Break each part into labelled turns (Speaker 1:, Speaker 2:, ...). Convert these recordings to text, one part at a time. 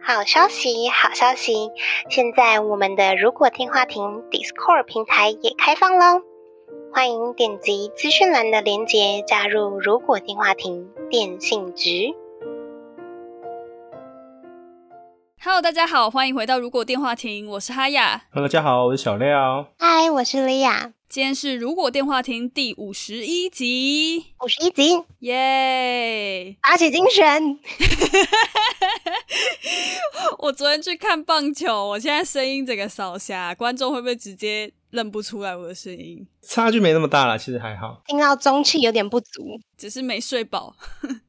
Speaker 1: 好消息，好消息！现在我们的如果电话亭 Discord 平台也开放喽，欢迎点击资讯栏的链接加入如果电话亭电信局。
Speaker 2: Hello，大家好，欢迎回到《如果电话亭》，我是哈雅。
Speaker 3: Hello，大家好，我是小廖。
Speaker 1: 嗨，我是莉亚，
Speaker 2: 今天是《如果电话亭》第五十一集，
Speaker 1: 五十一集，
Speaker 2: 耶、
Speaker 1: 打起精神。
Speaker 2: 我昨天去看棒球，我现在声音整个扫瞎，观众会不会直接认不出来我的声音？
Speaker 3: 差距没那么大啦，其实还好。
Speaker 1: 听到中气有点不足，
Speaker 2: 只是没睡饱。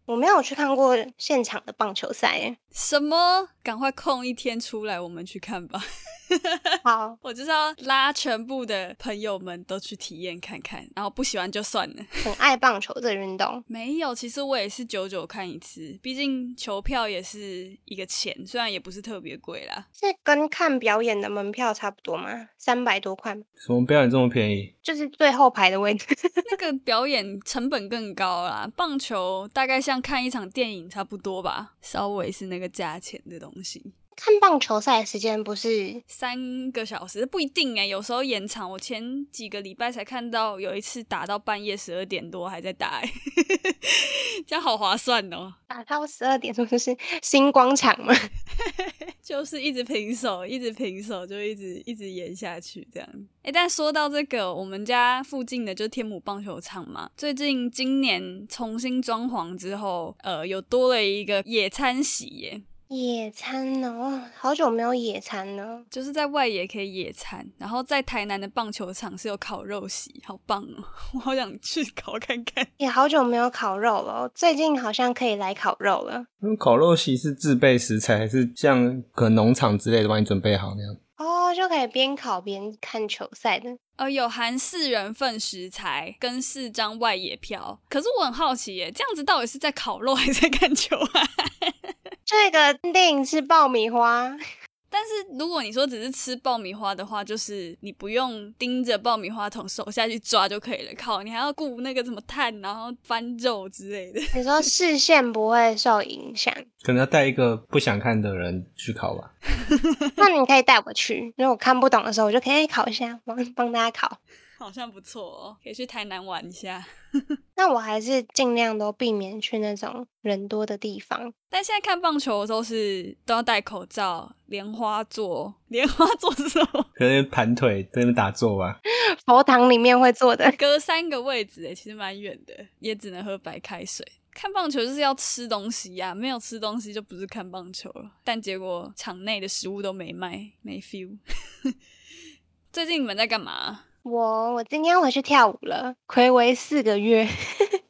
Speaker 1: 我没有去看过现场的棒球赛耶。
Speaker 2: 什么？赶快空一天出来，我们去看吧！
Speaker 1: 好，
Speaker 2: 我就是要拉全部的朋友们都去体验看看，然后不喜欢就算了。
Speaker 1: 很爱棒球这个运动。
Speaker 2: 没有，其实我也是久久看一次，毕竟球票也是一个钱，虽然也不是特别贵啦。
Speaker 1: 这跟看表演的门票差不多吗？三百多块吗，
Speaker 3: 什么表演这么便宜？
Speaker 1: 就是最后排的位置。
Speaker 2: 那个表演成本更高啦，棒球大概像看一场电影差不多吧，稍微是那个价钱的东西。
Speaker 1: 看棒球赛的时间不是
Speaker 2: 三个小时不一定哎、有时候延长。我前几个礼拜才看到有一次打到半夜十二点多还在打、欸， 这样好划算哦、
Speaker 1: 打到十二点钟，就是星光场吗？
Speaker 2: 就是一直平手，一直平手，就一直一直延下去这样。哎、但说到这个，我们家附近的就天母棒球场嘛，最近今年重新装潢之后，呃，有多了一个野餐席耶，
Speaker 1: 野餐呢、哦？好久没有野餐了。
Speaker 2: 就是在外野可以野餐，然后在台南的棒球场是有烤肉席，好棒哦！ 我好想去烤看看。
Speaker 1: 也好久没有烤肉了，最近好像可以来烤肉了。
Speaker 3: 那种烤肉席是自备食材，还是像可能农场之类的帮你准备好那样？
Speaker 1: 哦，就可以边烤边看球赛的。
Speaker 2: 呃，有含四人份食材跟四张外野票。可是我很好奇耶，这样子到底是在烤肉还是在看球啊？
Speaker 1: 这个电影是爆米花，
Speaker 2: 但是如果你说只是吃爆米花的话，就是你不用盯着爆米花筒手下去抓就可以了。靠，你还要顾那个什么碳，然后翻肉之类的。
Speaker 1: 你说视线不会受影响，
Speaker 3: 可能要带一个不想看的人去烤吧。
Speaker 1: 那你可以带我去，因为我看不懂的时候，我就可以烤一下，帮帮大家烤。
Speaker 2: 好像不错哦，可以去台南玩一下。
Speaker 1: 那我还是尽量都避免去那种人多的地方。
Speaker 2: 但现在看棒球都是都要戴口罩，莲花座，莲花座是什么？
Speaker 3: 可能盘腿在那边打坐吧。
Speaker 1: 佛堂里面会做的，
Speaker 2: 隔三个位置欸诶，其实蛮远的，也只能喝白开水。看棒球就是要吃东西呀、没有吃东西就不是看棒球了。但结果场内的食物都没卖，没 feel。最近你们在干嘛？啊
Speaker 1: 我我今天回去跳舞了，暌违四个月，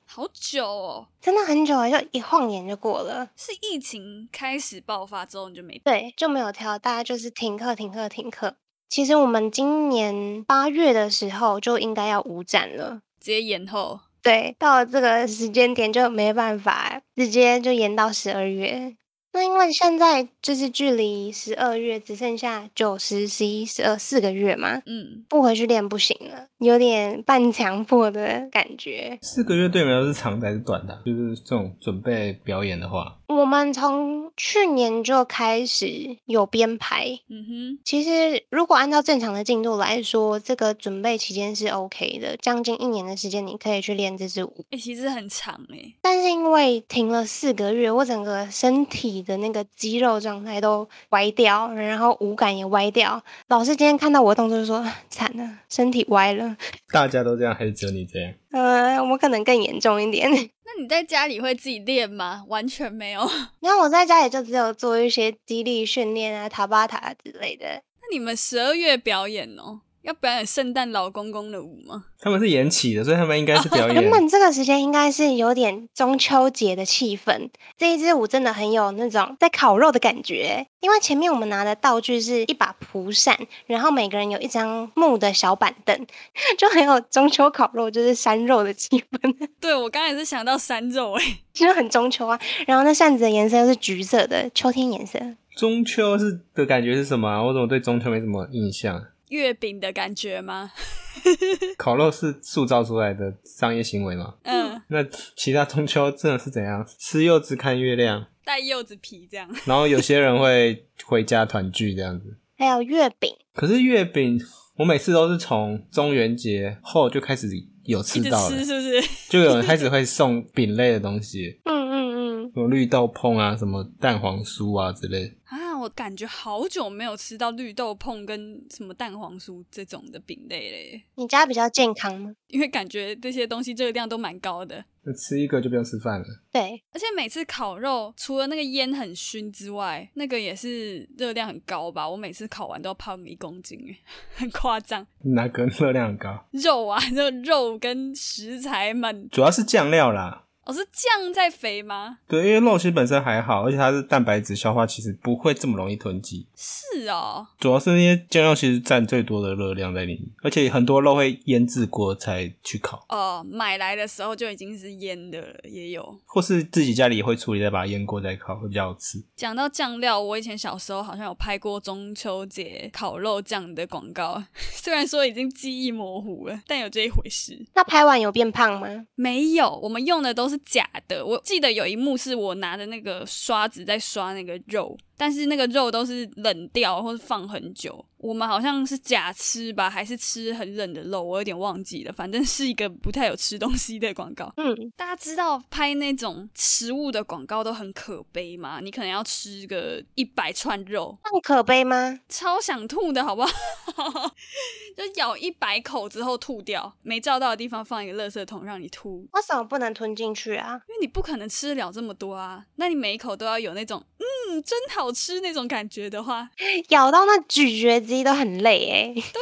Speaker 2: 好久哦，
Speaker 1: 真的很久了，就一晃眼就过了。
Speaker 2: 是疫情开始爆发之后你就没
Speaker 1: 对，就没有跳，大家就是停课、停课、停课。其实我们今年八月的时候就应该要舞展了，
Speaker 2: 直接延后，
Speaker 1: 对，到了这个时间点就没办法，直接就延到十二月。那因为现在就是距离十二月只剩下九、十、十一、十二四个月嘛，
Speaker 2: 嗯，
Speaker 1: 不回去练不行了，有点半强迫的感觉。
Speaker 3: 四个月对你们来说是长的还是短的啊？就是这种准备表演的话，
Speaker 1: 我们从去年就开始有编排。
Speaker 2: 嗯哼，
Speaker 1: 其实，如果按照正常的进度来说，这个准备期间是 OK 的，将近一年的时间你可以去练这支舞。
Speaker 2: 哎、其实很长哎、
Speaker 1: 但是因为停了四个月，我整个身体的那个肌肉状态都歪掉，然后舞感也歪掉。老师今天看到我的动作就说：“惨了，身体歪了。
Speaker 3: 大家都这样，还是只有你这样？”
Speaker 1: 呃，我可能更严重一点。
Speaker 2: 那你在家里会自己练吗？完全没有。
Speaker 1: 然后我在家里就只有做一些肌力训练啊、塔巴塔之类的。
Speaker 2: 那你们十二月表演哦，要表演圣诞老公公的舞吗？
Speaker 3: 他们是延期的，所以啊他们应该 是
Speaker 1: 啊
Speaker 3: 表演
Speaker 4: 原。本这个时间应该是有点中秋节的气氛，这一支舞真的很有那种在烤肉的感觉。因为前面我们拿的道具是一把蒲扇，然后每个人有一张木的小板凳， 就很有中秋烤肉就是山肉的气氛，
Speaker 2: 对我刚才也是想到山肉哎、
Speaker 4: 其实很中秋啊。然后那扇子的颜色又是橘色的，秋天颜色。
Speaker 3: 中秋是的感觉是什么啊、我怎么对中秋没什么印象？
Speaker 2: 月饼的感觉吗？
Speaker 3: 烤肉是塑造出来的商业行为吗？
Speaker 2: 嗯，
Speaker 3: 那其他中秋真的是怎样？吃柚子看月亮，
Speaker 2: 带柚子皮这样。
Speaker 3: 然后有些人会回家团聚这样子。
Speaker 4: 还有月饼，
Speaker 3: 可是月饼，我每次都是从中元节后就开始有吃
Speaker 2: 一直
Speaker 3: 到了，
Speaker 2: 吃是不是？
Speaker 3: 就有人开始会送饼类的东西，
Speaker 4: 嗯嗯嗯，
Speaker 3: 什么绿豆椪啊，什么蛋黄酥啊之类的。
Speaker 2: 啊，我感觉好久没有吃到绿豆椪跟什么蛋黄酥这种的饼类嘞，
Speaker 4: 你家比较健康吗？
Speaker 2: 因为感觉这些东西热量都蛮高的，
Speaker 3: 那吃一个就不用吃饭了。
Speaker 4: 对，
Speaker 2: 而且每次烤肉除了那个烟很熏之外，那个也是热量很高吧？我每次烤完都要胖一公斤，哎， 很夸张。
Speaker 3: 哪个热量很高？
Speaker 2: 肉啊， 就肉跟食材们，
Speaker 3: 主要是酱料啦。
Speaker 2: 哦，是酱在肥吗？
Speaker 3: 对，因为肉其实本身还好，而且它是蛋白质消化，其实不会这么容易囤积。
Speaker 2: 是哦，
Speaker 3: 主要是那些酱料其实占最多的热量在里面，而且很多肉会腌制过才去烤，
Speaker 2: 哦，买来的时候就已经是腌的了，也有。
Speaker 3: 或是自己家里也会处理，再把它腌过再烤会比较好吃。
Speaker 2: 讲到酱料，我以前小时候好像有拍过中秋节烤肉酱的广告， 虽然说已经记忆模糊了，但有这一回事。
Speaker 4: 那拍完有变胖吗？
Speaker 2: 没有，我们用的都是假的。我记得有一幕是我拿着那个刷子在刷那个肉，但是那个肉都是冷掉或者放很久。我们好像是假吃吧，还是吃很冷的肉，我有点忘记了。反正是一个不太有吃东西的广告。
Speaker 4: 嗯，
Speaker 2: 大家知道拍那种食物的广告都很可悲吗？你可能要吃个一百串肉，
Speaker 4: 那可悲吗？
Speaker 2: 超想吐的好不 好？就咬一百口之后吐掉，没照到的地方放一个垃圾桶让你吐，
Speaker 4: 为什么不能吞进去啊？
Speaker 2: 因为你不可能吃得了这么多啊。那你每一口都要有那种嗯真好吃那种感觉的话，
Speaker 4: 咬到那咀嚼肌都很累哎、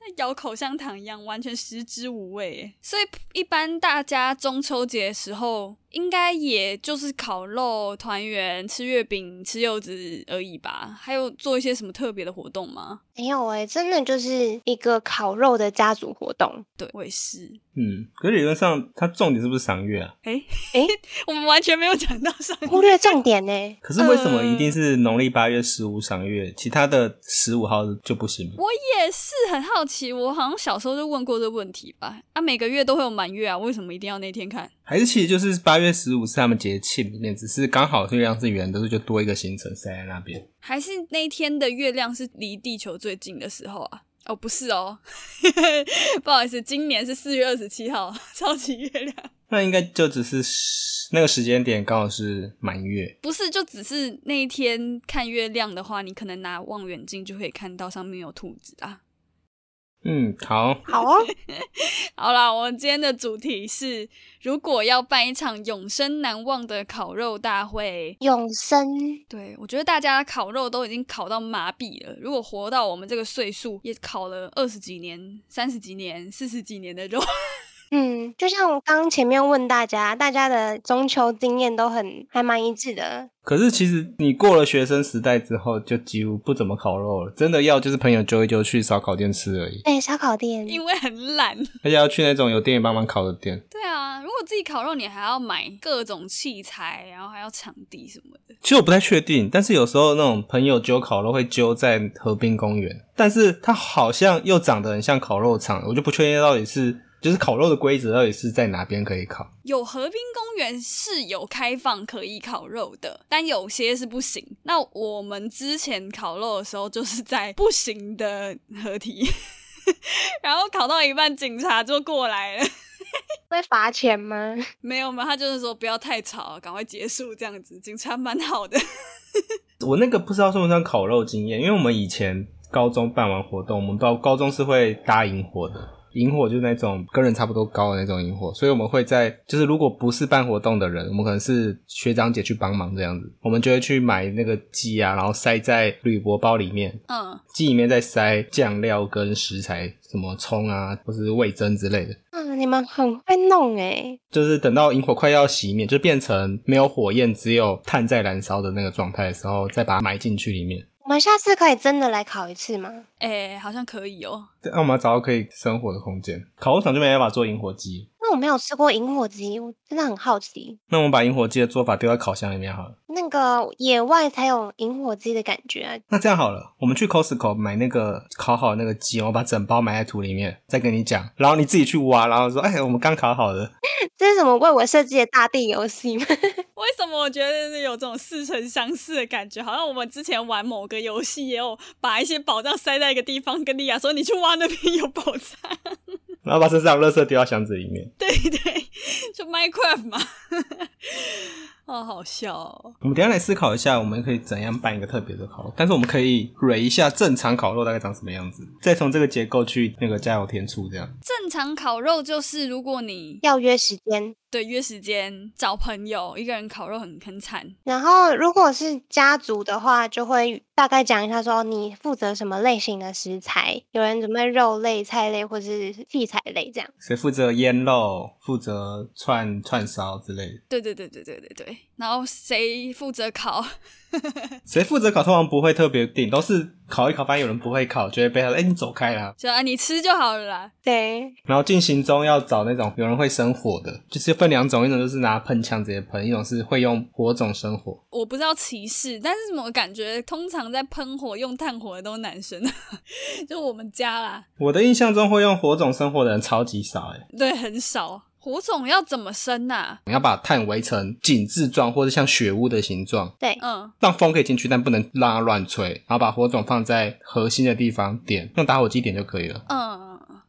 Speaker 2: 那咬口香糖一样，完全食之无味耶。所以一般大家中秋节的时候，应该也就是烤肉、团圆、吃月饼、吃柚子而已吧？还有做一些什么特别的活动吗？
Speaker 4: 没有
Speaker 1: 欸
Speaker 4: 哎、真的就是一个烤肉的家族活动。
Speaker 2: 对我也是。
Speaker 3: 嗯，可是理论上它重点是不是赏月啊？
Speaker 2: 诶
Speaker 4: 诶
Speaker 2: 诶，我们完全没有讲到上
Speaker 4: 忽略重点呢、
Speaker 1: 欸
Speaker 3: 可是为什么一定是农历八月十五赏月，其他的十五号就不行吗？
Speaker 2: 我也是很好奇，我好像小时候就问过这问题吧？啊，每个月都会有满月啊，为什么一定要那天看？
Speaker 3: 还是其实就是八月十五是他们节庆里面，只是刚好月亮是圆的，所以就多一个行程塞在那边。
Speaker 2: 还是那一天的月亮是离地球最近的时候啊？哦，不是哦， 不好意思，今年是四月二十七号，超级月亮。
Speaker 3: 那应该就只是时那个时间点刚好是满月，
Speaker 2: 不是，就只是那一天看月亮的话，你可能拿望远镜就可以看到上面有兔子啊。
Speaker 3: 嗯，好，
Speaker 4: 好哦，
Speaker 2: 好啦，我们今天的主题是，如果要办一场永生难忘的烤肉大会，
Speaker 4: 永生
Speaker 2: 对我觉得大家烤肉都已经烤到麻痹了，如果活到我们这个岁数，也烤了二十几年、三十几年、四十几年的肉。
Speaker 4: 嗯，就像我刚前面问大家，大家的中秋经验都很还蛮一致的。
Speaker 3: 可是其实你过了学生时代之后，就几乎不怎么烤肉了。真的要就是朋友揪一揪去烧烤店吃而已，
Speaker 4: 对，烧烤店，
Speaker 2: 因为很懒。
Speaker 3: 而且要去那种有电影帮忙烤的店。
Speaker 2: 对啊，如果自己烤肉，你还要买各种器材，然后还要场地什么的。
Speaker 3: 其实我不太确定，但是有时候那种朋友揪烤肉会揪在河滨公园，但是它好像又长得很像烤肉场，我就不确定到底是就是烤肉的规则到底是在哪边可以烤。
Speaker 2: 有河滨公园是有开放可以烤肉的，但有些是不行。那我们之前烤肉的时候，就是在不行的河堤， 然后烤到一半，警察就过来了。
Speaker 4: 会罚钱 吗？
Speaker 2: 没有嘛，他就是说不要太吵，赶快结束这样子。警察蛮好的，
Speaker 3: 我那个不知道算不算烤肉经验，因为我们以前高中办完活动，我们高高中是会搭营火的。萤火就是那种跟人差不多高的那种萤火，所以我们会在就是如果不是办活动的人，我们可能是学长姐去帮忙这样子，我们就会去买那个鸡啊，然后塞在铝箔包里面，
Speaker 2: 嗯，
Speaker 3: 鸡里面再塞酱料跟食材，什么葱啊或是味增之类的。
Speaker 1: 啊，你们很会弄哎、
Speaker 3: 就是等到萤火快要熄灭，就变成没有火焰，只有炭在燃烧的那个状态的时候，再把它埋进去里面。
Speaker 1: 我们下次可以真的来烤一次吗？
Speaker 2: 哎、好像可以哦。
Speaker 3: 那我们要找到可以生火的空间，烤肉场就没办法做萤火鸡。
Speaker 1: 那我没有吃过萤火鸡，我真的很好奇。
Speaker 3: 那我们把萤火鸡的做法丢在烤箱里面好了。
Speaker 1: 那个野外才有萤火鸡的感觉啊！
Speaker 3: 那这样好了，我们去 Costco 买那个烤好的那个鸡，我把整包埋在土里面，再跟你讲，然后你自己去挖，然后说，哎，我们刚烤好的。
Speaker 1: 这是什么为我设计的大地游戏吗？
Speaker 2: 为什么我觉得有这种似曾相识的感觉？好像我们之前玩某个游戏也有把一些宝藏塞在一个地方，跟莉亚说你去挖那边有宝藏。
Speaker 3: 然后把身上的垃圾丢到箱子里面。
Speaker 2: 对对，就 Minecraft 嘛。 哦，好笑哦。
Speaker 3: 我们等一下来思考一下，我们可以怎样办一个特别的烤肉。但是我们可以蕊一下正常烤肉大概长什么样子，再从这个结构去那个加油添醋，这样。
Speaker 2: 正常烤肉就是如果你
Speaker 1: 要约时间，
Speaker 2: 对约时间找朋友，一个人烤肉很很惨。
Speaker 1: 然后如果是家族的话，就会大概讲一下说你负责什么类型的食材，有人准备肉类、菜类或是器材类这样。
Speaker 3: 谁负责腌肉，负责串串烧之类的。
Speaker 2: 对对对对对对对。然后谁负责烤？
Speaker 3: 谁负责烤，通常不会特别定，都是烤一烤，发现有人不会烤，就会被他说：“哎、你走开啦。
Speaker 2: 就啊，你吃就好了啦。
Speaker 1: 对，
Speaker 3: 然后进行中要找那种有人会生火的，就是分两种，一种就是拿喷枪直接喷，一种是会用火种生火。
Speaker 2: 我不知道歧视，但是我感觉通常在喷火用炭火的都是男生， 就我们家啦，
Speaker 3: 我的印象中会用火种生火的人超级少、哎。
Speaker 2: 对，很少。火种要怎么生呐、
Speaker 3: 你要把炭围成紧致状或者像雪屋的形状，
Speaker 1: 对，
Speaker 2: 嗯，
Speaker 3: 让风可以进去，但不能让它乱吹。然后把火种放在核心的地方点，用打火机点就可以了。
Speaker 2: 嗯，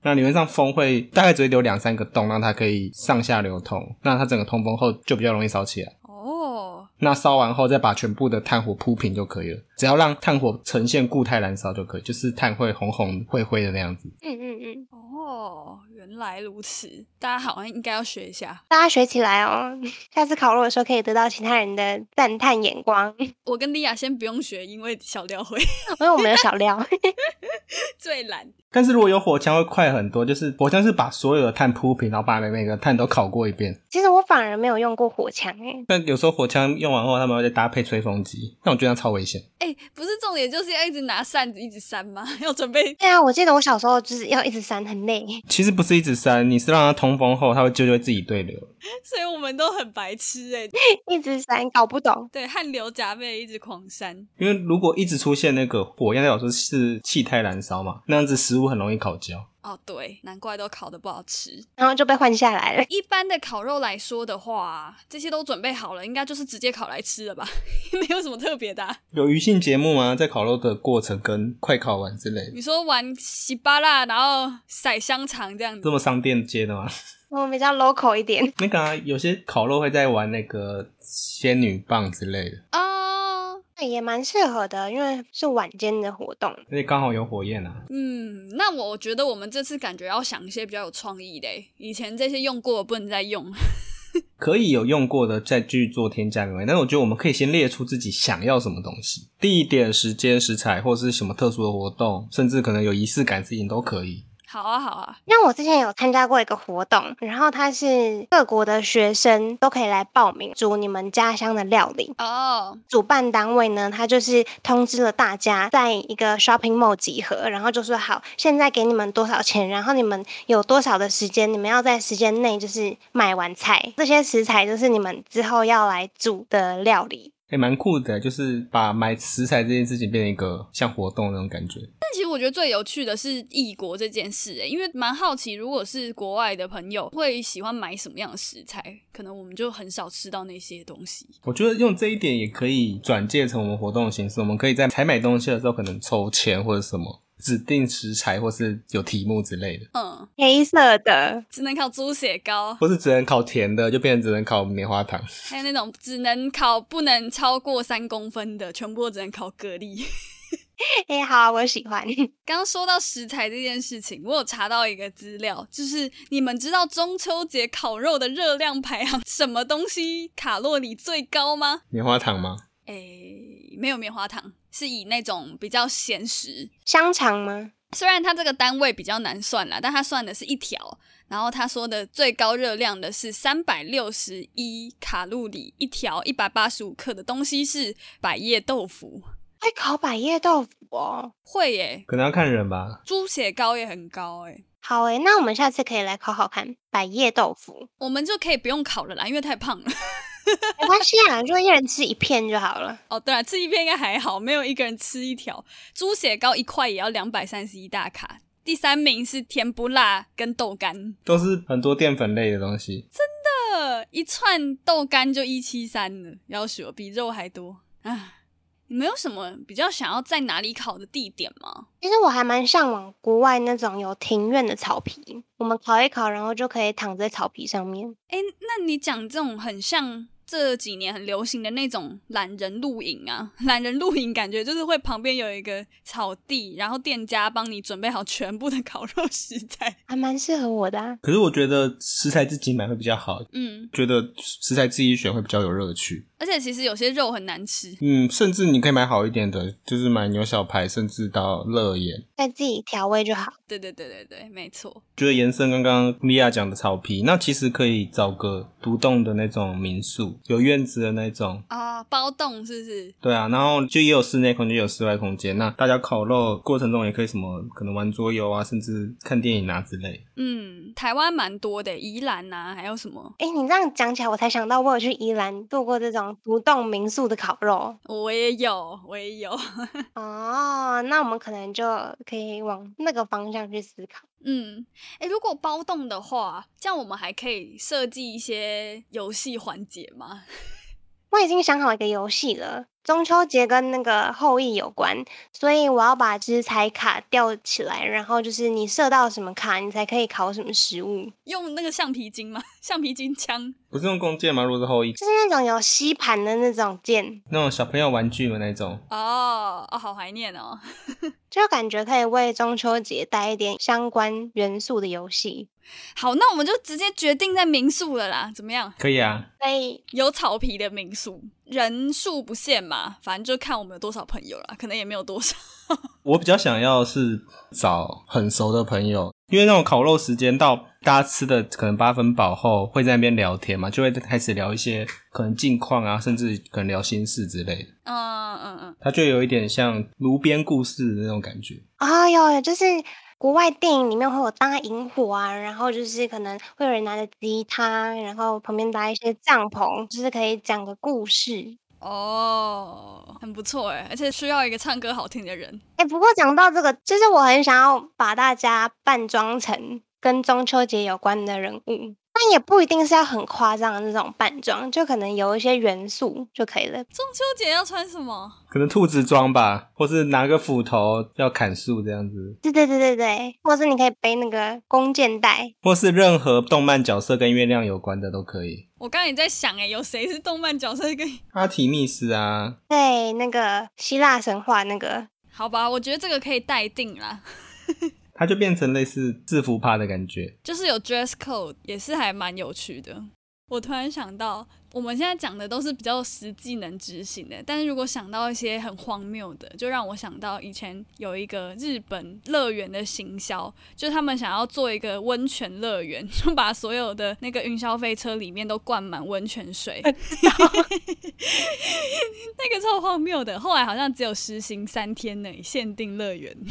Speaker 3: 那理论上风会大概只会留两三个洞，让它可以上下流通，让它整个通风后就比较容易烧起来。
Speaker 2: 哦，
Speaker 3: 那烧完后再把全部的炭火铺平就可以了，只要让炭火呈现固态燃烧就可以，就是炭会红红灰灰的那样子。
Speaker 1: 嗯嗯嗯，
Speaker 2: 哦，原来如此，大家好像应该要学一下。
Speaker 1: 大家学起来哦， 下次烤肉的时候可以得到其他人的赞叹眼光，
Speaker 2: 我跟莉亚先不用学，因为小廖会
Speaker 1: 因为我们有小料。
Speaker 2: 最懒。
Speaker 3: 但是如果有火枪会快很多，就是火枪是把所有的炭铺平，然后把每个炭都烤过一遍。
Speaker 1: 其实我反而没有用过火枪欸诶、
Speaker 3: 但有时候火枪用完后，他们会再搭配吹风机，但我觉得那超危险。
Speaker 2: 哎、不是重点，就是要一直拿扇子一直扇吗？ 要准备
Speaker 1: 对啊，我记得我小时候就是要一直扇，很累。
Speaker 3: 其实不是一直扇，你是让它通风后，它会就就会自己对流。
Speaker 2: 所以我们都很白痴哎、
Speaker 1: 一直闪，搞不懂。
Speaker 2: 对，汗流浃背，一直狂扇。
Speaker 3: 因为如果一直出现那个火焰，代表说是气态燃烧嘛，那样子食物很容易烤焦。
Speaker 2: 哦，对，难怪都烤的不好吃。
Speaker 1: 然后就被换下来了。
Speaker 2: 一般的烤肉来说的话，这些都准备好了，应该就是直接烤来吃了吧， 没有什么特别的啊、
Speaker 3: 有余性节目吗？在烤肉的过程跟快烤完之类的，
Speaker 2: 你说玩西巴辣，然后甩香肠这样子
Speaker 3: 这，么商店街的吗？
Speaker 1: 我比较 local 一点，
Speaker 3: 那个、啊、有些烤肉会在玩那个仙女棒之类的，
Speaker 2: 啊、
Speaker 1: 那也蛮适合的，因为是晚间的活动。
Speaker 3: 而且刚好有火焰啊。
Speaker 2: 嗯，那我觉得我们这次感觉要想一些比较有创意的欸，以前这些用过的不能再用。
Speaker 3: 可以有用过的再去做添加没关系，但是我觉得我们可以先列出自己想要什么东西，地点、时间、食材，或是什么特殊的活动，甚至可能有仪式感的事情都可以。
Speaker 2: 好啊，好啊，
Speaker 1: 那我之前有参加过一个活动，然后它是各国的学生都可以来报名煮你们家乡的料理。
Speaker 2: 哦，
Speaker 1: 主办单位呢，它就是通知了大家在一个 shopping mall 集合，然后就说好，现在给你们多少钱，然后你们有多少的时间，你们要在时间内就是买完菜，这些食材就是你们之后要来煮的料理。
Speaker 3: 也、蛮酷的，就是把买食材这件事情变成一个像活动那种感觉。
Speaker 2: 但其实我觉得最有趣的是异国这件事，欸，因为蛮好奇，如果是国外的朋友会喜欢买什么样的食材，可能我们就很少吃到那些东西。
Speaker 3: 我觉得用这一点也可以转介成我们活动的形式。我们可以在采买东西的时候，可能抽签或者什么指定食材，或是有题目之类的，
Speaker 2: 嗯，
Speaker 1: 黑色的，
Speaker 2: 只能烤猪血糕，
Speaker 3: 或是只能烤甜的，就变成只能烤棉花糖。
Speaker 2: 还有那种只能烤不能超过三公分的，全部都只能烤蛤蜊。
Speaker 1: 哎、好啊，我喜欢。
Speaker 2: 刚刚说到食材这件事情，我有查到一个资料，就是你们知道中秋节烤肉的热量排行，什么东西卡路里最高吗？
Speaker 3: 棉花糖吗？
Speaker 2: 诶，没有棉花糖，是以那种比较咸食。
Speaker 1: 香肠吗？
Speaker 2: 虽然它这个单位比较难算啦，但它算的是一条。然后他说的最高热量的是三百六十一卡路里，一条一百八十五克的东西是百叶豆腐。
Speaker 1: 会哎烤百叶豆腐哦。
Speaker 2: 会耶，
Speaker 3: 可能要看人吧。
Speaker 2: 猪血糕也很高哎，
Speaker 1: 好诶，那我们下次可以来烤烤看百叶豆腐，
Speaker 2: 我们就可以不用烤了啦，因为太胖了。
Speaker 1: 没关系啊，就一人吃一片就好了。
Speaker 2: 哦，对了，吃一片应该还好，没有一个人吃一条。猪血糕一块也要两百三十一大卡。第三名是甜不辣跟豆干，
Speaker 3: 都是很多淀粉类的东西，
Speaker 2: 呃，一串豆干就一七三了，要死我，比肉还多啊！你们有什么比较想要在哪里烤的地点吗？
Speaker 1: 其实我还蛮向往国外那种有庭院的草皮，我们烤一烤，然后就可以躺在草皮上面。
Speaker 2: 哎，那你讲这种很像这几年很流行的那种懒人露营啊，懒人露营感觉就是会旁边有一个草地，然后店家帮你准备好全部的烤肉食材。
Speaker 1: 还蛮适合我的、啊。
Speaker 3: 可是我觉得食材自己买会比较好，
Speaker 2: 嗯，
Speaker 3: 觉得食材自己选会比较有乐趣。
Speaker 2: 而且其实有些肉很难吃，
Speaker 3: 嗯，甚至你可以买好一点的，就是买牛小排，甚至到乐眼。
Speaker 1: 再自己调味就好。
Speaker 2: 对对对对对，没错。
Speaker 3: 觉得延伸刚刚米娅讲的草皮，那其实可以找个独栋的那种民宿，有院子的那种。
Speaker 2: 啊，包冻是不是？
Speaker 3: 对啊，然后就也有室内空间，也有室外空间。那大家烤肉过程中也可以什么，可能玩桌游啊，甚至看电影啊之类。
Speaker 2: 嗯，台湾蛮多的，宜兰呐、还有什么？
Speaker 1: 哎，你这样讲起来，我才想到我有去宜兰度过这种独栋民宿的烤肉。
Speaker 2: 我也有，我也有。
Speaker 1: 哦，那我们可能就可以往那个方向去思考。
Speaker 2: 嗯，哎，如果包动的话，这样我们还可以设计一些游戏环节吗？
Speaker 1: 我已经想好一个游戏了，中秋节跟那个后羿有关，所以我要把食材卡吊起来，然后就是你射到什么卡，你才可以烤什么食物，
Speaker 2: 用那个橡皮筋吗？ 橡皮筋枪？
Speaker 3: 不是用弓箭吗？如果是后羿，
Speaker 1: 就是那种有吸盘的那种箭，
Speaker 3: 那种小朋友玩具的那种。
Speaker 2: 哦，哦，好怀念哦。
Speaker 1: 就感觉可以为中秋节带一点相关元素的游戏。
Speaker 2: 好，那我们就直接决定在民宿了啦，怎么样？
Speaker 3: 可以啊，
Speaker 1: 所以
Speaker 2: 有草皮的民宿，人数不限嘛，反正就看我们有多少朋友啦，可能也没有多少。
Speaker 3: 我比较想要是找很熟的朋友，因为那种烤肉时间到，大家吃的可能八分饱后，会在那边聊天嘛，就会开始聊一些可能近况啊，甚至可能聊心事之类的。
Speaker 2: 嗯嗯嗯，
Speaker 3: 它就有一点像炉边故事的那种感觉。
Speaker 1: 啊哟，就是国外电影里面会有搭萤火啊，然后就是可能会有人拿着吉他，然后旁边搭一些帐篷，就是可以讲个故事。
Speaker 2: 哦，很不错哎，而且需要一个唱歌好听的人。
Speaker 1: 哎，不过讲到这个，就是我很想要把大家扮装成跟中秋节有关的人物。但也不一定是要很夸张的那种扮装，就可能有一些元素就可以了。
Speaker 2: 中秋节要穿什么？
Speaker 3: 可能兔子装吧，或是拿个斧头要砍树这样子，
Speaker 1: 对对对对对，或者是你可以背那个弓箭袋，
Speaker 3: 或是任何动漫角色跟月亮有关的都可以。
Speaker 2: 我刚刚也在想哎，有谁是动漫角色跟？
Speaker 3: 阿提密斯啊，
Speaker 1: 对，那个希腊神话那个
Speaker 2: 好吧，我觉得这个可以待定啦，
Speaker 3: 它就变成类似制服趴的感觉。
Speaker 2: 就是有 dress code 也是还蛮有趣的。我突然想到，我们现在讲的都是比较实际能执行的，但是如果想到一些很荒谬的，就让我想到以前有一个日本乐园的行销，就是他们想要做一个温泉乐园， 就把所有的那个云霄飞车里面都灌满温泉水，那个超荒谬的。后来好像只有实行三天内，限定乐园。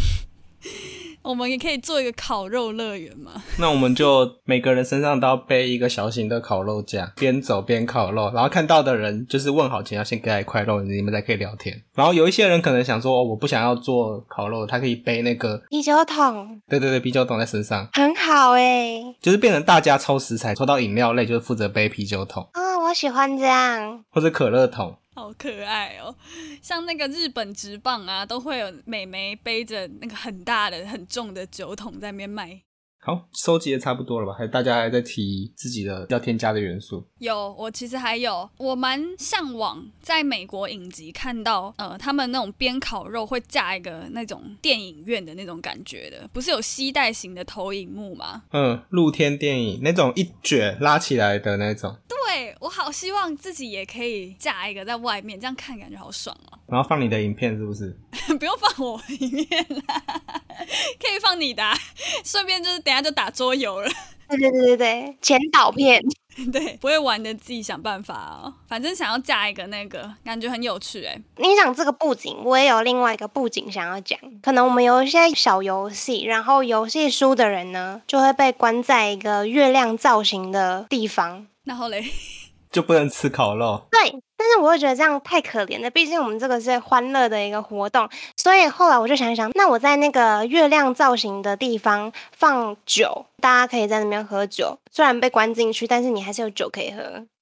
Speaker 2: 我们也可以做一个烤肉乐园嘛？
Speaker 3: 那我们就每个人身上都要背一个小型的烤肉架，边走边烤肉，然后看到的人就是问好前要先给他一块肉，你们才可以聊天。然后有一些人可能想说，哦，我不想要做烤肉，他可以背那个，
Speaker 1: 啤酒桶，
Speaker 3: 对对对，啤酒桶在身上，
Speaker 1: 很好哎、
Speaker 3: 就是变成大家抽食材，抽到饮料类就是负责背啤酒桶
Speaker 1: 啊、我喜欢这样。
Speaker 3: 或者可乐桶。
Speaker 2: 好可爱哦！像那个日本直棒啊，都会有美眉背着那个很大的、很重的酒桶在那边卖。
Speaker 3: 好，收集的差不多了吧？还有大家还在提自己的要添加的元素。
Speaker 2: 有，我其实还有，我蛮向往在美国影集看到，呃，他们那种边烤肉会架一个那种电影院的那种感觉的，不是有吸带型的投影幕吗？
Speaker 3: 嗯，露天电影那种一卷拉起来的那种，
Speaker 2: 对我好希望自己也可以架一个在外面，这样看感觉好爽哦、
Speaker 3: 然后放你的影片是不是？
Speaker 2: 不用放我里面啦， 可以放你的啊、顺便就是等一下就打桌游了。
Speaker 1: 对对对对对，前导片，
Speaker 2: 对，不会玩的自己想办法哦。反正想要架一个那个，感觉很有趣哎。
Speaker 1: 你讲这个布景，我也有另外一个布景想要讲。可能我们有一些小游戏，然后游戏输的人呢，就会被关在一个月亮造型的地方。
Speaker 2: 然后嘞，
Speaker 3: 就不能吃烤肉，
Speaker 1: 对，但是我又觉得这样太可怜了，毕竟我们这个是欢乐的一个活动，所以后来我就想一想，那我在那个月亮造型的地方放酒，大家可以在那边喝酒，虽然被关进去，但是你还是有酒可以喝。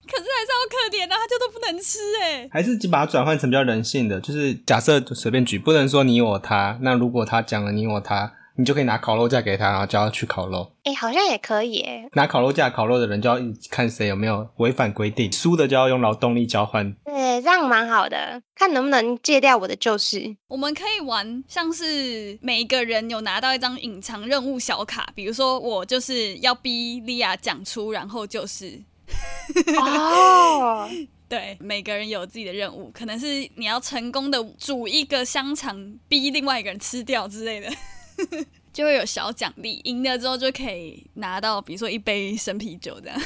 Speaker 2: 可是还是好可怜啊，他就都不能吃哎。
Speaker 3: 还是把它转换成比较人性的，就是假设就随便举，不能说你我他。那如果他讲了你我他，你就可以拿烤肉架给他，然后叫他去烤肉。
Speaker 1: 哎，好像也可以耶，
Speaker 3: 拿烤肉架烤肉的人就要一直看谁有没有违反规定，输的就要用劳动力交换。
Speaker 1: 对，这样蛮好的，看能不能戒掉我的旧事。
Speaker 2: 我们可以玩，像是每一个人有拿到一张隐藏任务小卡，比如说我就是要逼莉亚讲出，然后就是
Speaker 1: 哦，
Speaker 2: 对，每个人有自己的任务，可能是你要成功的煮一个香肠，逼另外一个人吃掉之类的， 就会有小奖励。赢了之后就可以拿到，比如说一杯生啤酒这样。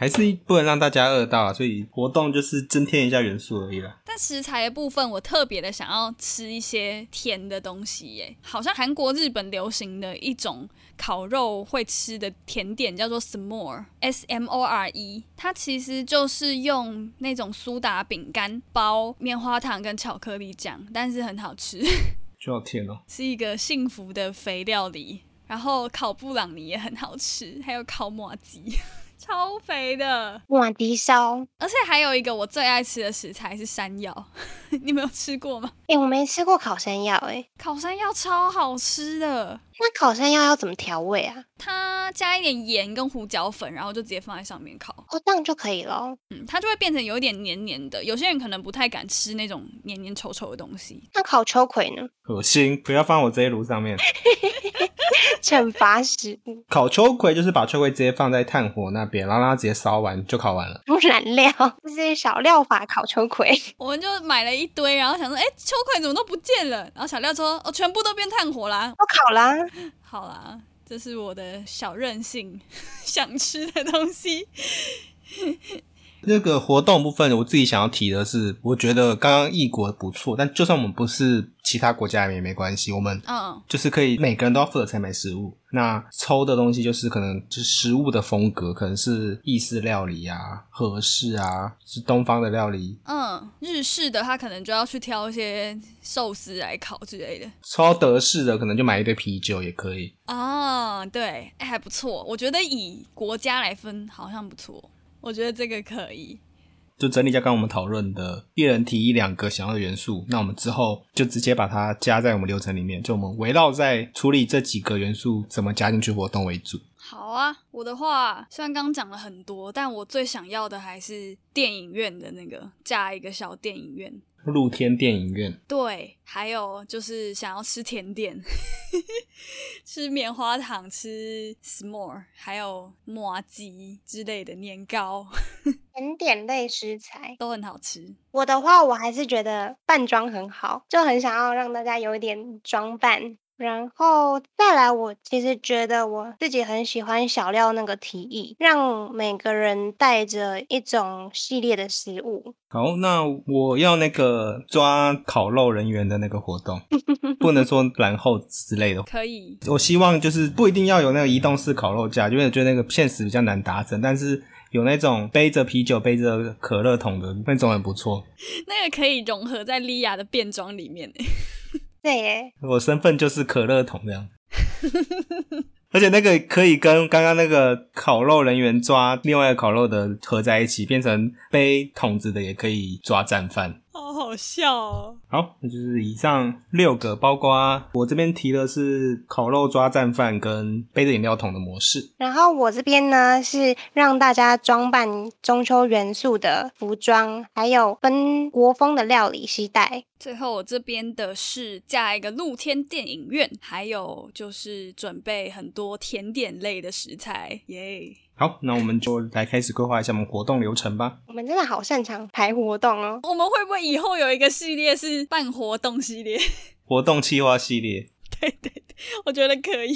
Speaker 3: 还是不能让大家饿到啊，所以活动就是增添一下元素而已啦。
Speaker 2: 但食材的部分，我特别的想要吃一些甜的东西耶，好像韩国、日本流行的一种烤肉会吃的甜点叫做 smore，s m o r e，它其实就是用那种苏打饼干包棉花糖跟巧克力酱，但是很好吃，
Speaker 3: 就好甜哦，
Speaker 2: 是一个幸福的肥料理。然后烤布朗尼也很好吃，还有烤马鸡， 超肥的。
Speaker 1: 哇，低烧。
Speaker 2: 而且还有一个我最爱吃的食材是山药， 你们有吃过吗？
Speaker 1: 哎，我没吃过烤山药，哎，
Speaker 2: 烤山药超好吃的，
Speaker 1: 那烤山药要怎么调味啊？
Speaker 2: 它加一点盐跟胡椒粉，然后就直接放在上面烤，
Speaker 1: 哦，这样就可以了。
Speaker 2: 嗯，它就会变成有一点黏黏的。有些人可能不太敢吃那种黏黏稠稠的东西，
Speaker 1: 那烤秋葵呢？
Speaker 3: 恶心！不要放我这一炉上面。
Speaker 1: 惩罚食物，
Speaker 3: 烤秋葵就是把秋葵直接放在炭火那边，然后让它直接烧完就烤完了。
Speaker 1: 燃料， 这是小料法烤秋葵。
Speaker 2: 我们就买了一堆，然后想说，哎，秋葵怎么都不见了？然后小廖说，哦，全部都变炭火啦。
Speaker 1: 我烤啊啦，
Speaker 2: 好啦，这是我的小任性， 想吃的东西。
Speaker 3: 那个活动部分，我自己想要提的是，我觉得刚刚异国不错，但就算我们不是其他国家人也没关系，我们
Speaker 2: 嗯，
Speaker 3: 就是可以每个人都要负责采买食物。那抽的东西就是可能就是食物的风格，可能是意式料理啊、和式啊，是东方的料理。
Speaker 2: 嗯，日式的他可能就要去挑一些寿司来烤之类的
Speaker 3: 抽到德式的可能就买一堆啤酒也可以。
Speaker 2: 啊、对，哎还不错，我觉得以国家来分好像不错，我觉得这个可以。
Speaker 3: 就整理一下刚刚我们讨论的，一人提一两个想要的元素，那我们之后就直接把它加在我们流程里面，就我们围绕在处理这几个元素怎么加进去活动为主。
Speaker 2: 好啊，我的话虽然刚刚讲了很多，但我最想要的还是电影院的那个加一个小电影院。
Speaker 3: 露天电影院，
Speaker 2: 对，还有就是想要吃甜点， 吃棉花糖，吃 s'more，还有麻鸡之类的年糕
Speaker 1: 甜点类食材。
Speaker 2: 都很好吃。
Speaker 1: 我的话，我还是觉得扮装很好，就很想要让大家有一点装扮。然后再来，我其实觉得我自己很喜欢小廖那个提议，让每个人带着一种系列的食物。
Speaker 3: 好，那我要那个抓烤肉人员的那个活动，不能说然后之类的。
Speaker 2: 可以，
Speaker 3: 我希望就是不一定要有那个移动式烤肉架，因为我觉得那个现实比较难达成，但是有那种背着啤酒、背着可乐桶的那种很不错。
Speaker 2: 那个可以融合在莉亚的变装里面。
Speaker 1: 对耶，
Speaker 3: 我身份就是可乐桶这样。而且那个可以跟刚刚那个烤肉人员抓另外一个烤肉的合在一起，变成背桶子的也可以抓战犯。
Speaker 2: 好好笑哦！
Speaker 3: 好，那就是以上六个，包括我这边提的是烤肉抓战犯跟背着饮料桶的模式。
Speaker 1: 然后我这边呢是让大家装扮中秋元素的服装，还有分国风的料理系带。
Speaker 2: 最后我这边的是架一个露天电影院，还有就是准备很多甜点类的食材，耶、
Speaker 3: 好，那我们就来开始规划一下我们活动流程吧。
Speaker 1: 我们真的好擅长排活动哦。
Speaker 2: 我们会不会以后有一个系列是办活动系列？
Speaker 3: 活动企划系列，
Speaker 2: 对对对，我觉得可以、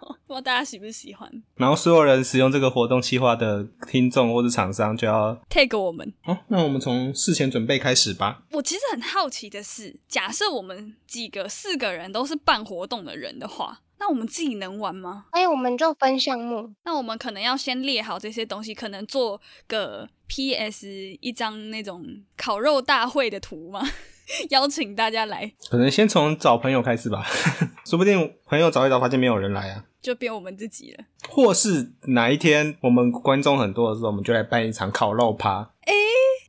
Speaker 2: 哦， 不知道大家喜不喜欢
Speaker 3: 然后所有人使用这个活动企划的听众或是厂商就要
Speaker 2: ？take 我们。
Speaker 3: 好，那我们从事前准备开始吧。
Speaker 2: 我其实很好奇的是，假设我们几个四个人都是办活动的人的话，那我们自己能玩吗？
Speaker 1: 哎，我们就分项目，
Speaker 2: 那我们可能要先列好这些东西，可能做个 PS 一张那种烤肉大会的图吗？ 邀请大家来，
Speaker 3: 可能先从找朋友开始吧， 说不定朋友找一找发现没有人来啊，
Speaker 2: 就变我们自己了。
Speaker 3: 或是哪一天我们观众很多的时候，我们就来办一场烤肉趴。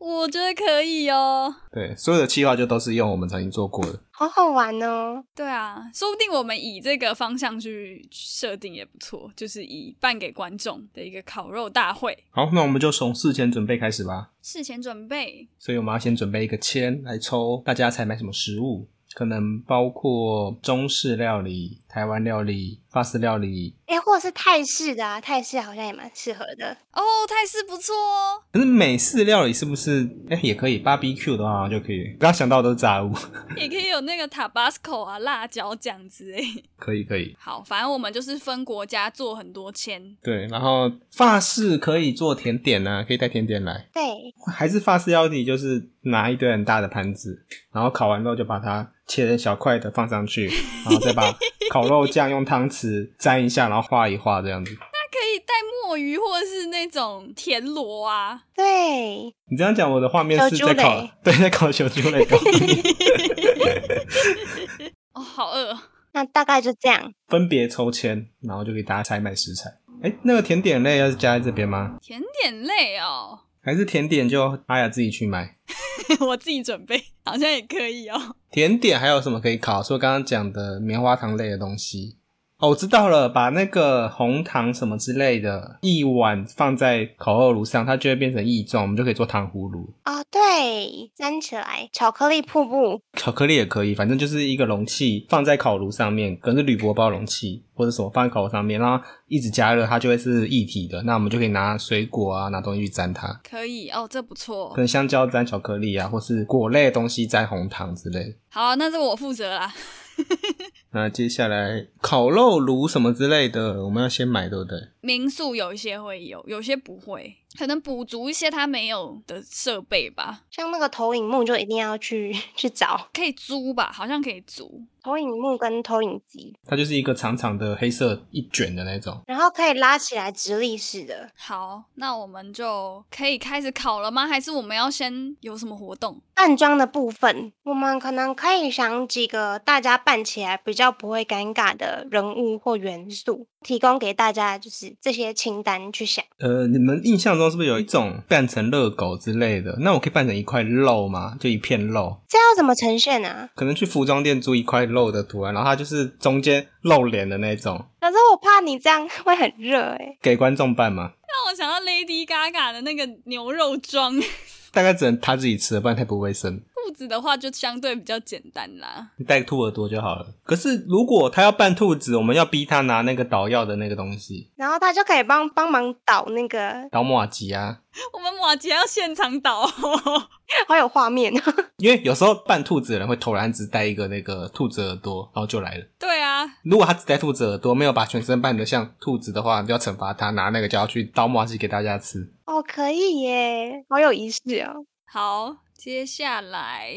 Speaker 2: 我觉得可以哦。
Speaker 3: 对，所有的企划就都是用我们曾经做过的。
Speaker 1: 好好玩哦。
Speaker 2: 对啊，说不定我们以这个方向去设定也不错，就是以办给观众的一个烤肉大会。
Speaker 3: 好，那我们就从事前准备开始吧。
Speaker 2: 事前准备，
Speaker 3: 所以我们要先准备一个签来抽大家才买什么食物，可能包括中式料理、台湾料理、法式料理。
Speaker 1: 哎，或者是泰式的啊，泰式好像也蛮适合的。
Speaker 2: 哦，泰式不错哦。
Speaker 3: 可是美式料理是不是？哎、也可以 b 比 Q 的话好像就可以。刚刚想到的都是炸物，
Speaker 2: 也可以有那个 Tabasco 啊、辣椒酱之类。
Speaker 3: 可以可以。
Speaker 2: 欸 好，反正我们就是分国家做很多签，
Speaker 3: 对，然后法式可以做甜点啊，可以带甜点来。
Speaker 1: 对，
Speaker 3: 还是法式料理，就是拿一堆很大的盘子，然后烤完肉就把它切成小块的放上 去，然后再把烤肉酱用汤匙沾一下，然后画一画这样子。
Speaker 2: 它可以带墨鱼或者是那种田螺啊。
Speaker 1: 对，
Speaker 3: 你这样讲，我的画面是
Speaker 1: 小
Speaker 3: 在
Speaker 1: 猪
Speaker 3: 烤
Speaker 1: 蕾，
Speaker 3: 对，在烤小猪雷糕。
Speaker 2: 哦，好饿。
Speaker 1: 那大概就这样。
Speaker 3: 分别抽签，然后就给大家采买食材。哎，那个甜点类要加在这边吗？
Speaker 2: 甜点类哦，
Speaker 3: 还是甜点就阿雅自己去买？
Speaker 2: 我自己准备，好像也可以哦。
Speaker 3: 甜点还有什么可以烤？除了刚刚讲的棉花糖类的东西。哦，我知道了，把那个红糖什么之类的一碗放在烤肉炉上，它就会变成异状，我们就可以做糖葫芦。
Speaker 1: 哦，对，粘起来，巧克力瀑布。
Speaker 3: 巧克力也可以，反正就是一个容器放在烤炉上面，可能是铝箔包容器或者什么放在烤炉上面，然后一直加热，它就会是液体的。那我们就可以拿水果啊，拿东西去沾它，
Speaker 2: 可以哦，这不错
Speaker 3: 可。能香蕉沾巧克力啊，或是果类的东西沾红糖之类的。
Speaker 2: 好、那是我负责啦。
Speaker 3: 那接下来烤肉炉什么之类的，我们要先买，对不对？
Speaker 2: 民宿有一些会有，有些不会，可能补足一些他没有的设备吧，
Speaker 1: 像那个投影幕就一定要去去找
Speaker 2: 可以租吧，好像可以租。
Speaker 1: 投影幕跟投影机，
Speaker 3: 它就是一个长长的黑色一卷的那种。
Speaker 1: 然后可以拉起来直立式的。
Speaker 2: 好，那我们就可以开始烤了吗？还是我们要先有什么活动？
Speaker 1: 扮装的部分，我们可能可以想几个大家扮起来比较不会尴尬的人物或元素，提供给大家就是这些清单去想。
Speaker 3: 呃，你们印象中是不是有一种扮成热狗之类的？那我可以扮成一块肉吗？就一片肉，
Speaker 1: 这要怎么呈现啊？
Speaker 3: 可能去服装店租一块肉的图案，然后它就是中间露脸的那种，
Speaker 1: 可是我怕你这样 会很热哎、
Speaker 3: 给观众扮嘛。
Speaker 2: 让我想到 Lady Gaga 的那个牛肉 妆，
Speaker 3: 大概只能他自己吃了，不然太不卫生。
Speaker 2: 兔子的话就相对比较简单啦。
Speaker 3: 你带兔耳朵就好了。可是如果他要扮兔子，我们要逼他拿那个捣药的那个东西，
Speaker 1: 然后他就可以帮帮忙导那个，
Speaker 3: 捣马吉啊，
Speaker 2: 我们马杰要现场导，
Speaker 1: 好有画面哦。
Speaker 3: 因为有时候扮兔子的人会偷懒，只带一个那个兔子耳朵，然后就来了。
Speaker 2: 对啊，
Speaker 3: 如果他只带兔子耳朵，没有把全身扮得像兔子的话，就要惩罚他，拿那个就要去刀马鸡给大家吃。
Speaker 1: 哦，可以耶，好有仪式哦。
Speaker 2: 好，接下来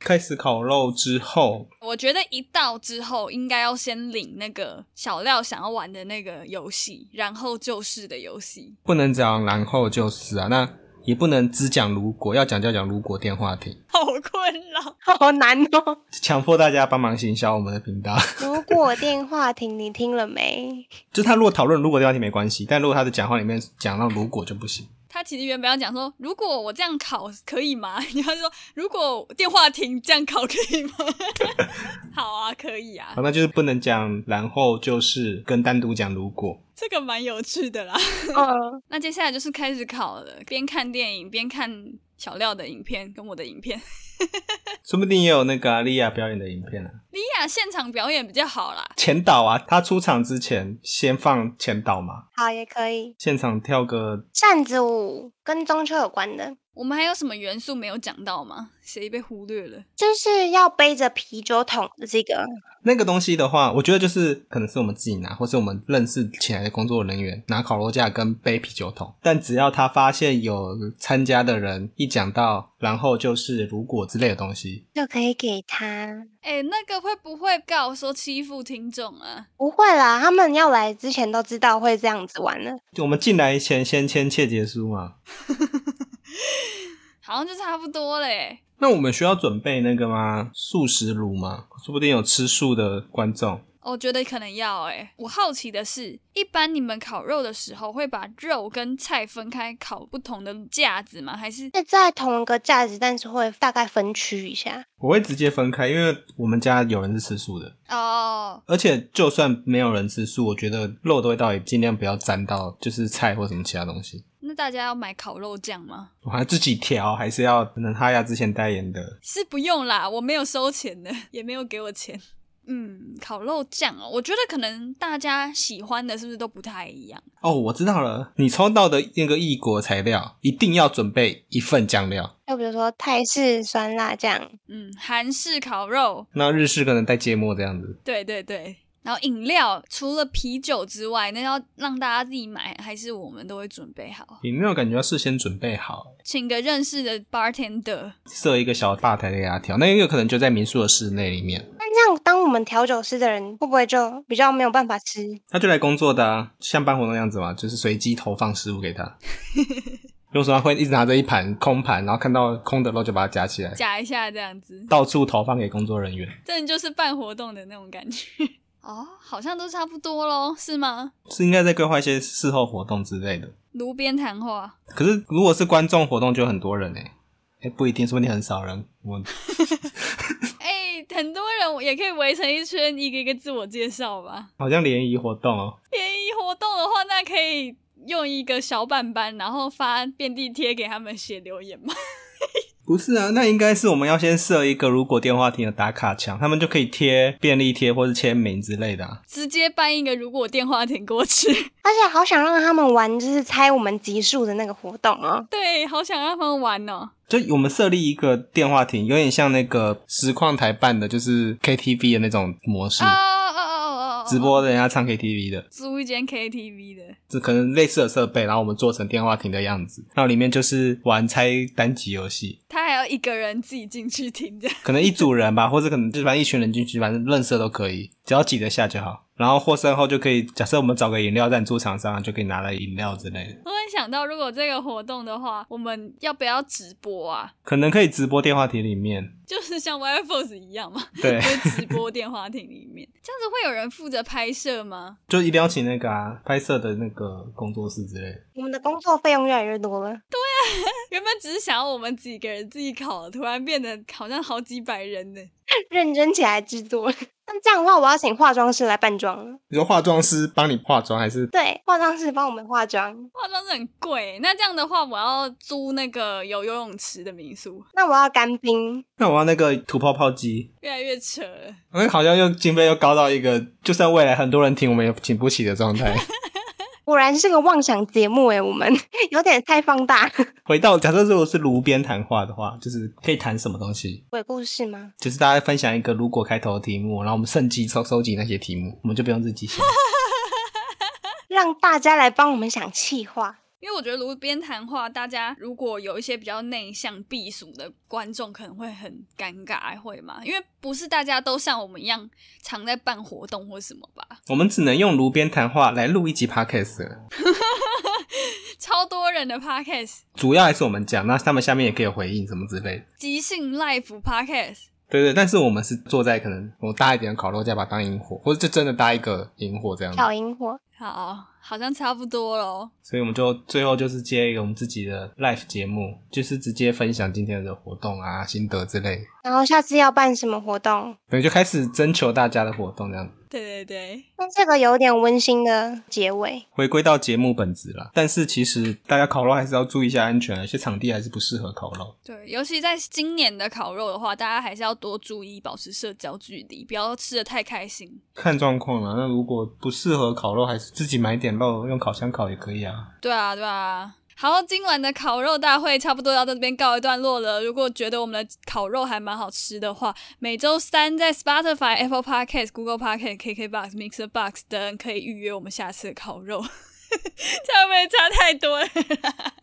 Speaker 3: 开始烤肉之后，
Speaker 2: 我觉得一到之后，应该要先领那个小廖想要玩的那个游戏，然后就是的游戏。
Speaker 3: 不能讲然后就是啊，那也不能只讲如果，要讲就要讲如果电话亭，
Speaker 2: 好困扰，
Speaker 1: 好难哦！
Speaker 3: 强迫大家帮忙行销我们的频道。
Speaker 1: 如果电话亭你听了没？
Speaker 3: 就他如果讨论如果电话亭没关系，但如果他的讲话里面讲到如果就不行。
Speaker 2: 他其实原本要讲说，如果我这样考可以吗？ 你要说，如果电话亭这样考可以吗？ 好啊，可以啊
Speaker 3: 好，，那就是不能讲，然后就是跟单独讲如果。
Speaker 2: 这个蛮有趣的啦。
Speaker 1: 嗯，
Speaker 2: 那接下来就是开始考了，边看电影边看小廖的影片跟我的影片。
Speaker 3: 说不定也有那个啊莉亚表演的影片啊，
Speaker 2: 莉亚现场表演比较好啦，
Speaker 3: 前导啊，他出场之前先放前导嘛，
Speaker 1: 好也可以。
Speaker 3: 现场跳个
Speaker 1: 扇子舞跟中秋有关的，
Speaker 2: 我们还有什么元素没有讲到吗？谁被忽略了？
Speaker 1: 就是要背着啤酒桶的这个，
Speaker 3: 那个东西的话，我觉得就是可能是我们自己拿，或是我们认识起来的工作人员拿烤肉架跟背啤酒桶。但只要他发现有参加的人一讲到，然后就是如果之类的东西，
Speaker 1: 就可以给他。
Speaker 2: 哎、那个会不会告说欺负听众啊？
Speaker 1: 不会啦，他们要来之前都知道会这样子玩的。
Speaker 3: 就我们进来前先签切结书嘛。
Speaker 2: 好像就差不多欸嘞。
Speaker 3: 那我们需要准备那个吗？素食炉吗？说不定有吃素的观众。
Speaker 2: 我觉得可能要哎、我好奇的是，一般你们烤肉的时候会把肉跟菜分开烤不同的架子吗？还是
Speaker 1: 是在同一个架子，但是会大概分区一下。
Speaker 3: 我会直接分开，因为我们家有人是吃素的，
Speaker 2: 哦，
Speaker 3: 而且就算没有人吃素，我觉得肉的味道也尽量不要沾到就是菜或什么其他东西。
Speaker 2: 那大家要买烤肉酱吗？
Speaker 3: 我还自己调，还是要可能哈亚之前代言的，
Speaker 2: 是不用啦，我没有收钱的，也没有给我钱。嗯，烤肉酱哦，我觉得可能大家喜欢的是不是都不太一样？
Speaker 3: 哦，我知道了，你抽到的那个异国材料一定要准备一份酱料。
Speaker 1: 就比如说泰式酸辣酱，
Speaker 2: 嗯，韩式烤肉，
Speaker 3: 那日式可能带芥末这样子，
Speaker 2: 对对对。然后饮料除了啤酒之外，那要让大家自己买，还是我们都会准备好，
Speaker 3: 饮料感觉要事先准备好，
Speaker 2: 请个认识的 bartender。
Speaker 3: 设一个小吧台给他调。那个可能就在民宿的室内里面，
Speaker 1: 那这样当我们调酒师的人，会不会就比较没有办法吃？
Speaker 3: 他就来工作的啊，像办活动那样子嘛，就是随机投放食物给他。为什么他会一直拿着一盘空盘，然后看到空的肉就把它夹起来，
Speaker 2: 夹一下这样子，
Speaker 3: 到处投放给工作人员？
Speaker 2: 真的就是办活动的那种感觉。 哦，好像都差不多咯，是吗？
Speaker 3: 是应该再规划一些事后活动之类的。
Speaker 2: 炉边谈话，
Speaker 3: 可是如果是观众活动，就很多人哎、欸，哎、不一定，说不定很少人。我
Speaker 2: 哎、很多人也可以围成一圈，一个一个自我介绍吧。
Speaker 3: 好像联谊活动哦、
Speaker 2: 联谊活动的话，那可以用一个小板板，然后发便利贴给他们写留言吗？
Speaker 3: 不是啊，那应该是我们要先设一个如果电话亭的打卡墙，他们就可以贴便利贴或是签名之类的、啊。
Speaker 2: 直接办一个，如果电话挺过去。
Speaker 1: 而且好想让他们玩，就是猜我们级数的那个活动哦。
Speaker 2: 对，好想让他们玩哦。
Speaker 3: 就我们设立一个电话亭，有点像那个实况台办的，就是 KTV 的那种模式
Speaker 2: 哦，哦哦哦哦，
Speaker 3: 直播人家唱 KTV 的，
Speaker 2: 租一间 KTV 的，
Speaker 3: 这可能类似的设备，然后我们做成电话亭的样子，然后里面就是玩猜单集游戏。
Speaker 2: 他还要一个人自己进去听着。
Speaker 3: 可能一组人吧，或 者可能就是反正一群人进去，反正认识的都可以，只要挤得下就好。然后获胜后就可以，假设我们找个饮料赞助厂商，就可以拿来饮料之类的，
Speaker 2: 突然想到，如果这个活动的话，我们要不要直播啊？
Speaker 3: 可能可以直播电话亭里面。
Speaker 2: 就是像 w i f o s 一样嘛，
Speaker 3: 对
Speaker 2: 就，是直播电话亭里面， 这样子会有人负责拍摄吗？
Speaker 3: 就一定要请那个啊拍摄的那个工作室之类的。
Speaker 1: 我们的工作费用越来越多了，
Speaker 2: 原本只是想要我们几个人自己考，突然变得好像好几百人呢。
Speaker 1: 认真起来制作。那这样的话，我要请化妆师来扮妆了。
Speaker 3: 你说化妆师帮你化妆还是？
Speaker 1: 对，化妆师帮我们化妆。
Speaker 2: 化妆是很贵，那这样的话，我要租那个有游泳池的民宿，
Speaker 1: 那我要干冰，
Speaker 3: 那我要那个吐泡泡机，
Speaker 2: 越来越扯了。
Speaker 3: 因为好像又经费又高到一个，就算未来很多人听我们也请不起的状态。
Speaker 1: 果然是个妄想节目欸诶，我们 有点太放大。
Speaker 3: 回到假设如果是炉边谈话的话，就是可以谈什么东西？
Speaker 1: 鬼故事吗？
Speaker 3: 就是大家分享一个如果开头的题目，然后我们趁机收收集那些题目，我们就不用自己想。
Speaker 1: 让大家来帮我们想气话。
Speaker 2: 因为我觉得炉边谈话，大家如果有一些比较内向、避暑的观众，可能会很尴尬，会吗？因为不是大家都像我们一样常在办活动或什么吧？
Speaker 3: 我们只能用炉边谈话来录一集 podcast，了
Speaker 2: 超多人的 podcast，
Speaker 3: 主要还是我们讲，那他们下面也可以有回应什么之类的。
Speaker 2: 即兴 live podcast，
Speaker 3: 对对，但是我们
Speaker 1: 嗯
Speaker 3: 是坐在可能我搭一点的烤肉架把它当萤火，或者就真的搭一个萤火这样子。
Speaker 1: 小萤火，
Speaker 2: 好，好像差不多喽。
Speaker 3: 所以我们就最后就是接一个我们自己的 live 节目，就是直接分享今天的活动啊、心得之类的，
Speaker 1: 然后下次要办什么活动？
Speaker 3: 等于就开始征求大家的活动，这样
Speaker 2: 对对对，
Speaker 1: 那这个有点温馨的结尾，
Speaker 3: 回归到节目本质啦。但是其实大家烤肉还是要注意一下安全啊，有些场地还是不适合烤肉。
Speaker 2: 对，尤其在今年的烤肉的话，大家还是要多注意保持社交距离，不要吃的太开心。
Speaker 3: 看状况啦，那如果不适合烤肉，还是自己买点肉用烤箱烤也可以啊。
Speaker 2: 对啊，对啊。好，今晚的烤肉大会差不多要到这边告一段落了。如果觉得我们的烤肉还蛮好吃的话，每周三在 Spotify、Apple Podcast、Google Podcast、KKBox、Mixer Box 等可以预约我们下次的烤肉。 这样会不会差太多了啦？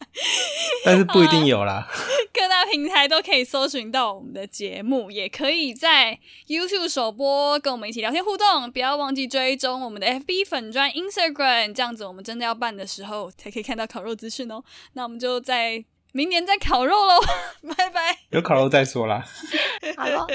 Speaker 3: 但是不一定有啦，
Speaker 2: 各大平台都可以搜寻到我们的节目，也可以在 YouTube 首播跟我们一起聊天互动。不要忘记追踪我们的 FB 粉专 Instagram，这样子我们真的要办的时候才可以看到烤肉资讯哦。那我们就在明年再烤肉喽， 拜拜。
Speaker 3: 有烤肉再说啦。
Speaker 1: 好 了。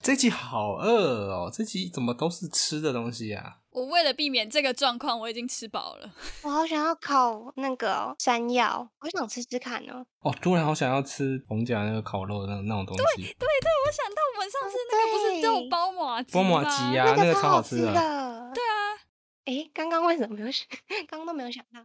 Speaker 3: 这集好饿哦，这集怎么都是吃的东西啊？
Speaker 2: 我为了避免这个状况，我已经吃饱了。
Speaker 1: 我好想要烤那个哦山药，我想吃吃看哦。
Speaker 3: 哦，突然好想要吃红甲那个烤肉的那那种东西，
Speaker 2: 对对，我想到我们上次那个不是都有包马吉
Speaker 3: 波哦马吉啊呀、
Speaker 1: 啊那
Speaker 3: 那
Speaker 1: 个
Speaker 3: 个
Speaker 1: 超
Speaker 3: 超
Speaker 1: 好
Speaker 3: 好
Speaker 1: 吃
Speaker 3: 吃
Speaker 1: 的。
Speaker 3: 的。
Speaker 1: 对啊。诶，刚刚为什么没有想？刚刚都没有想到。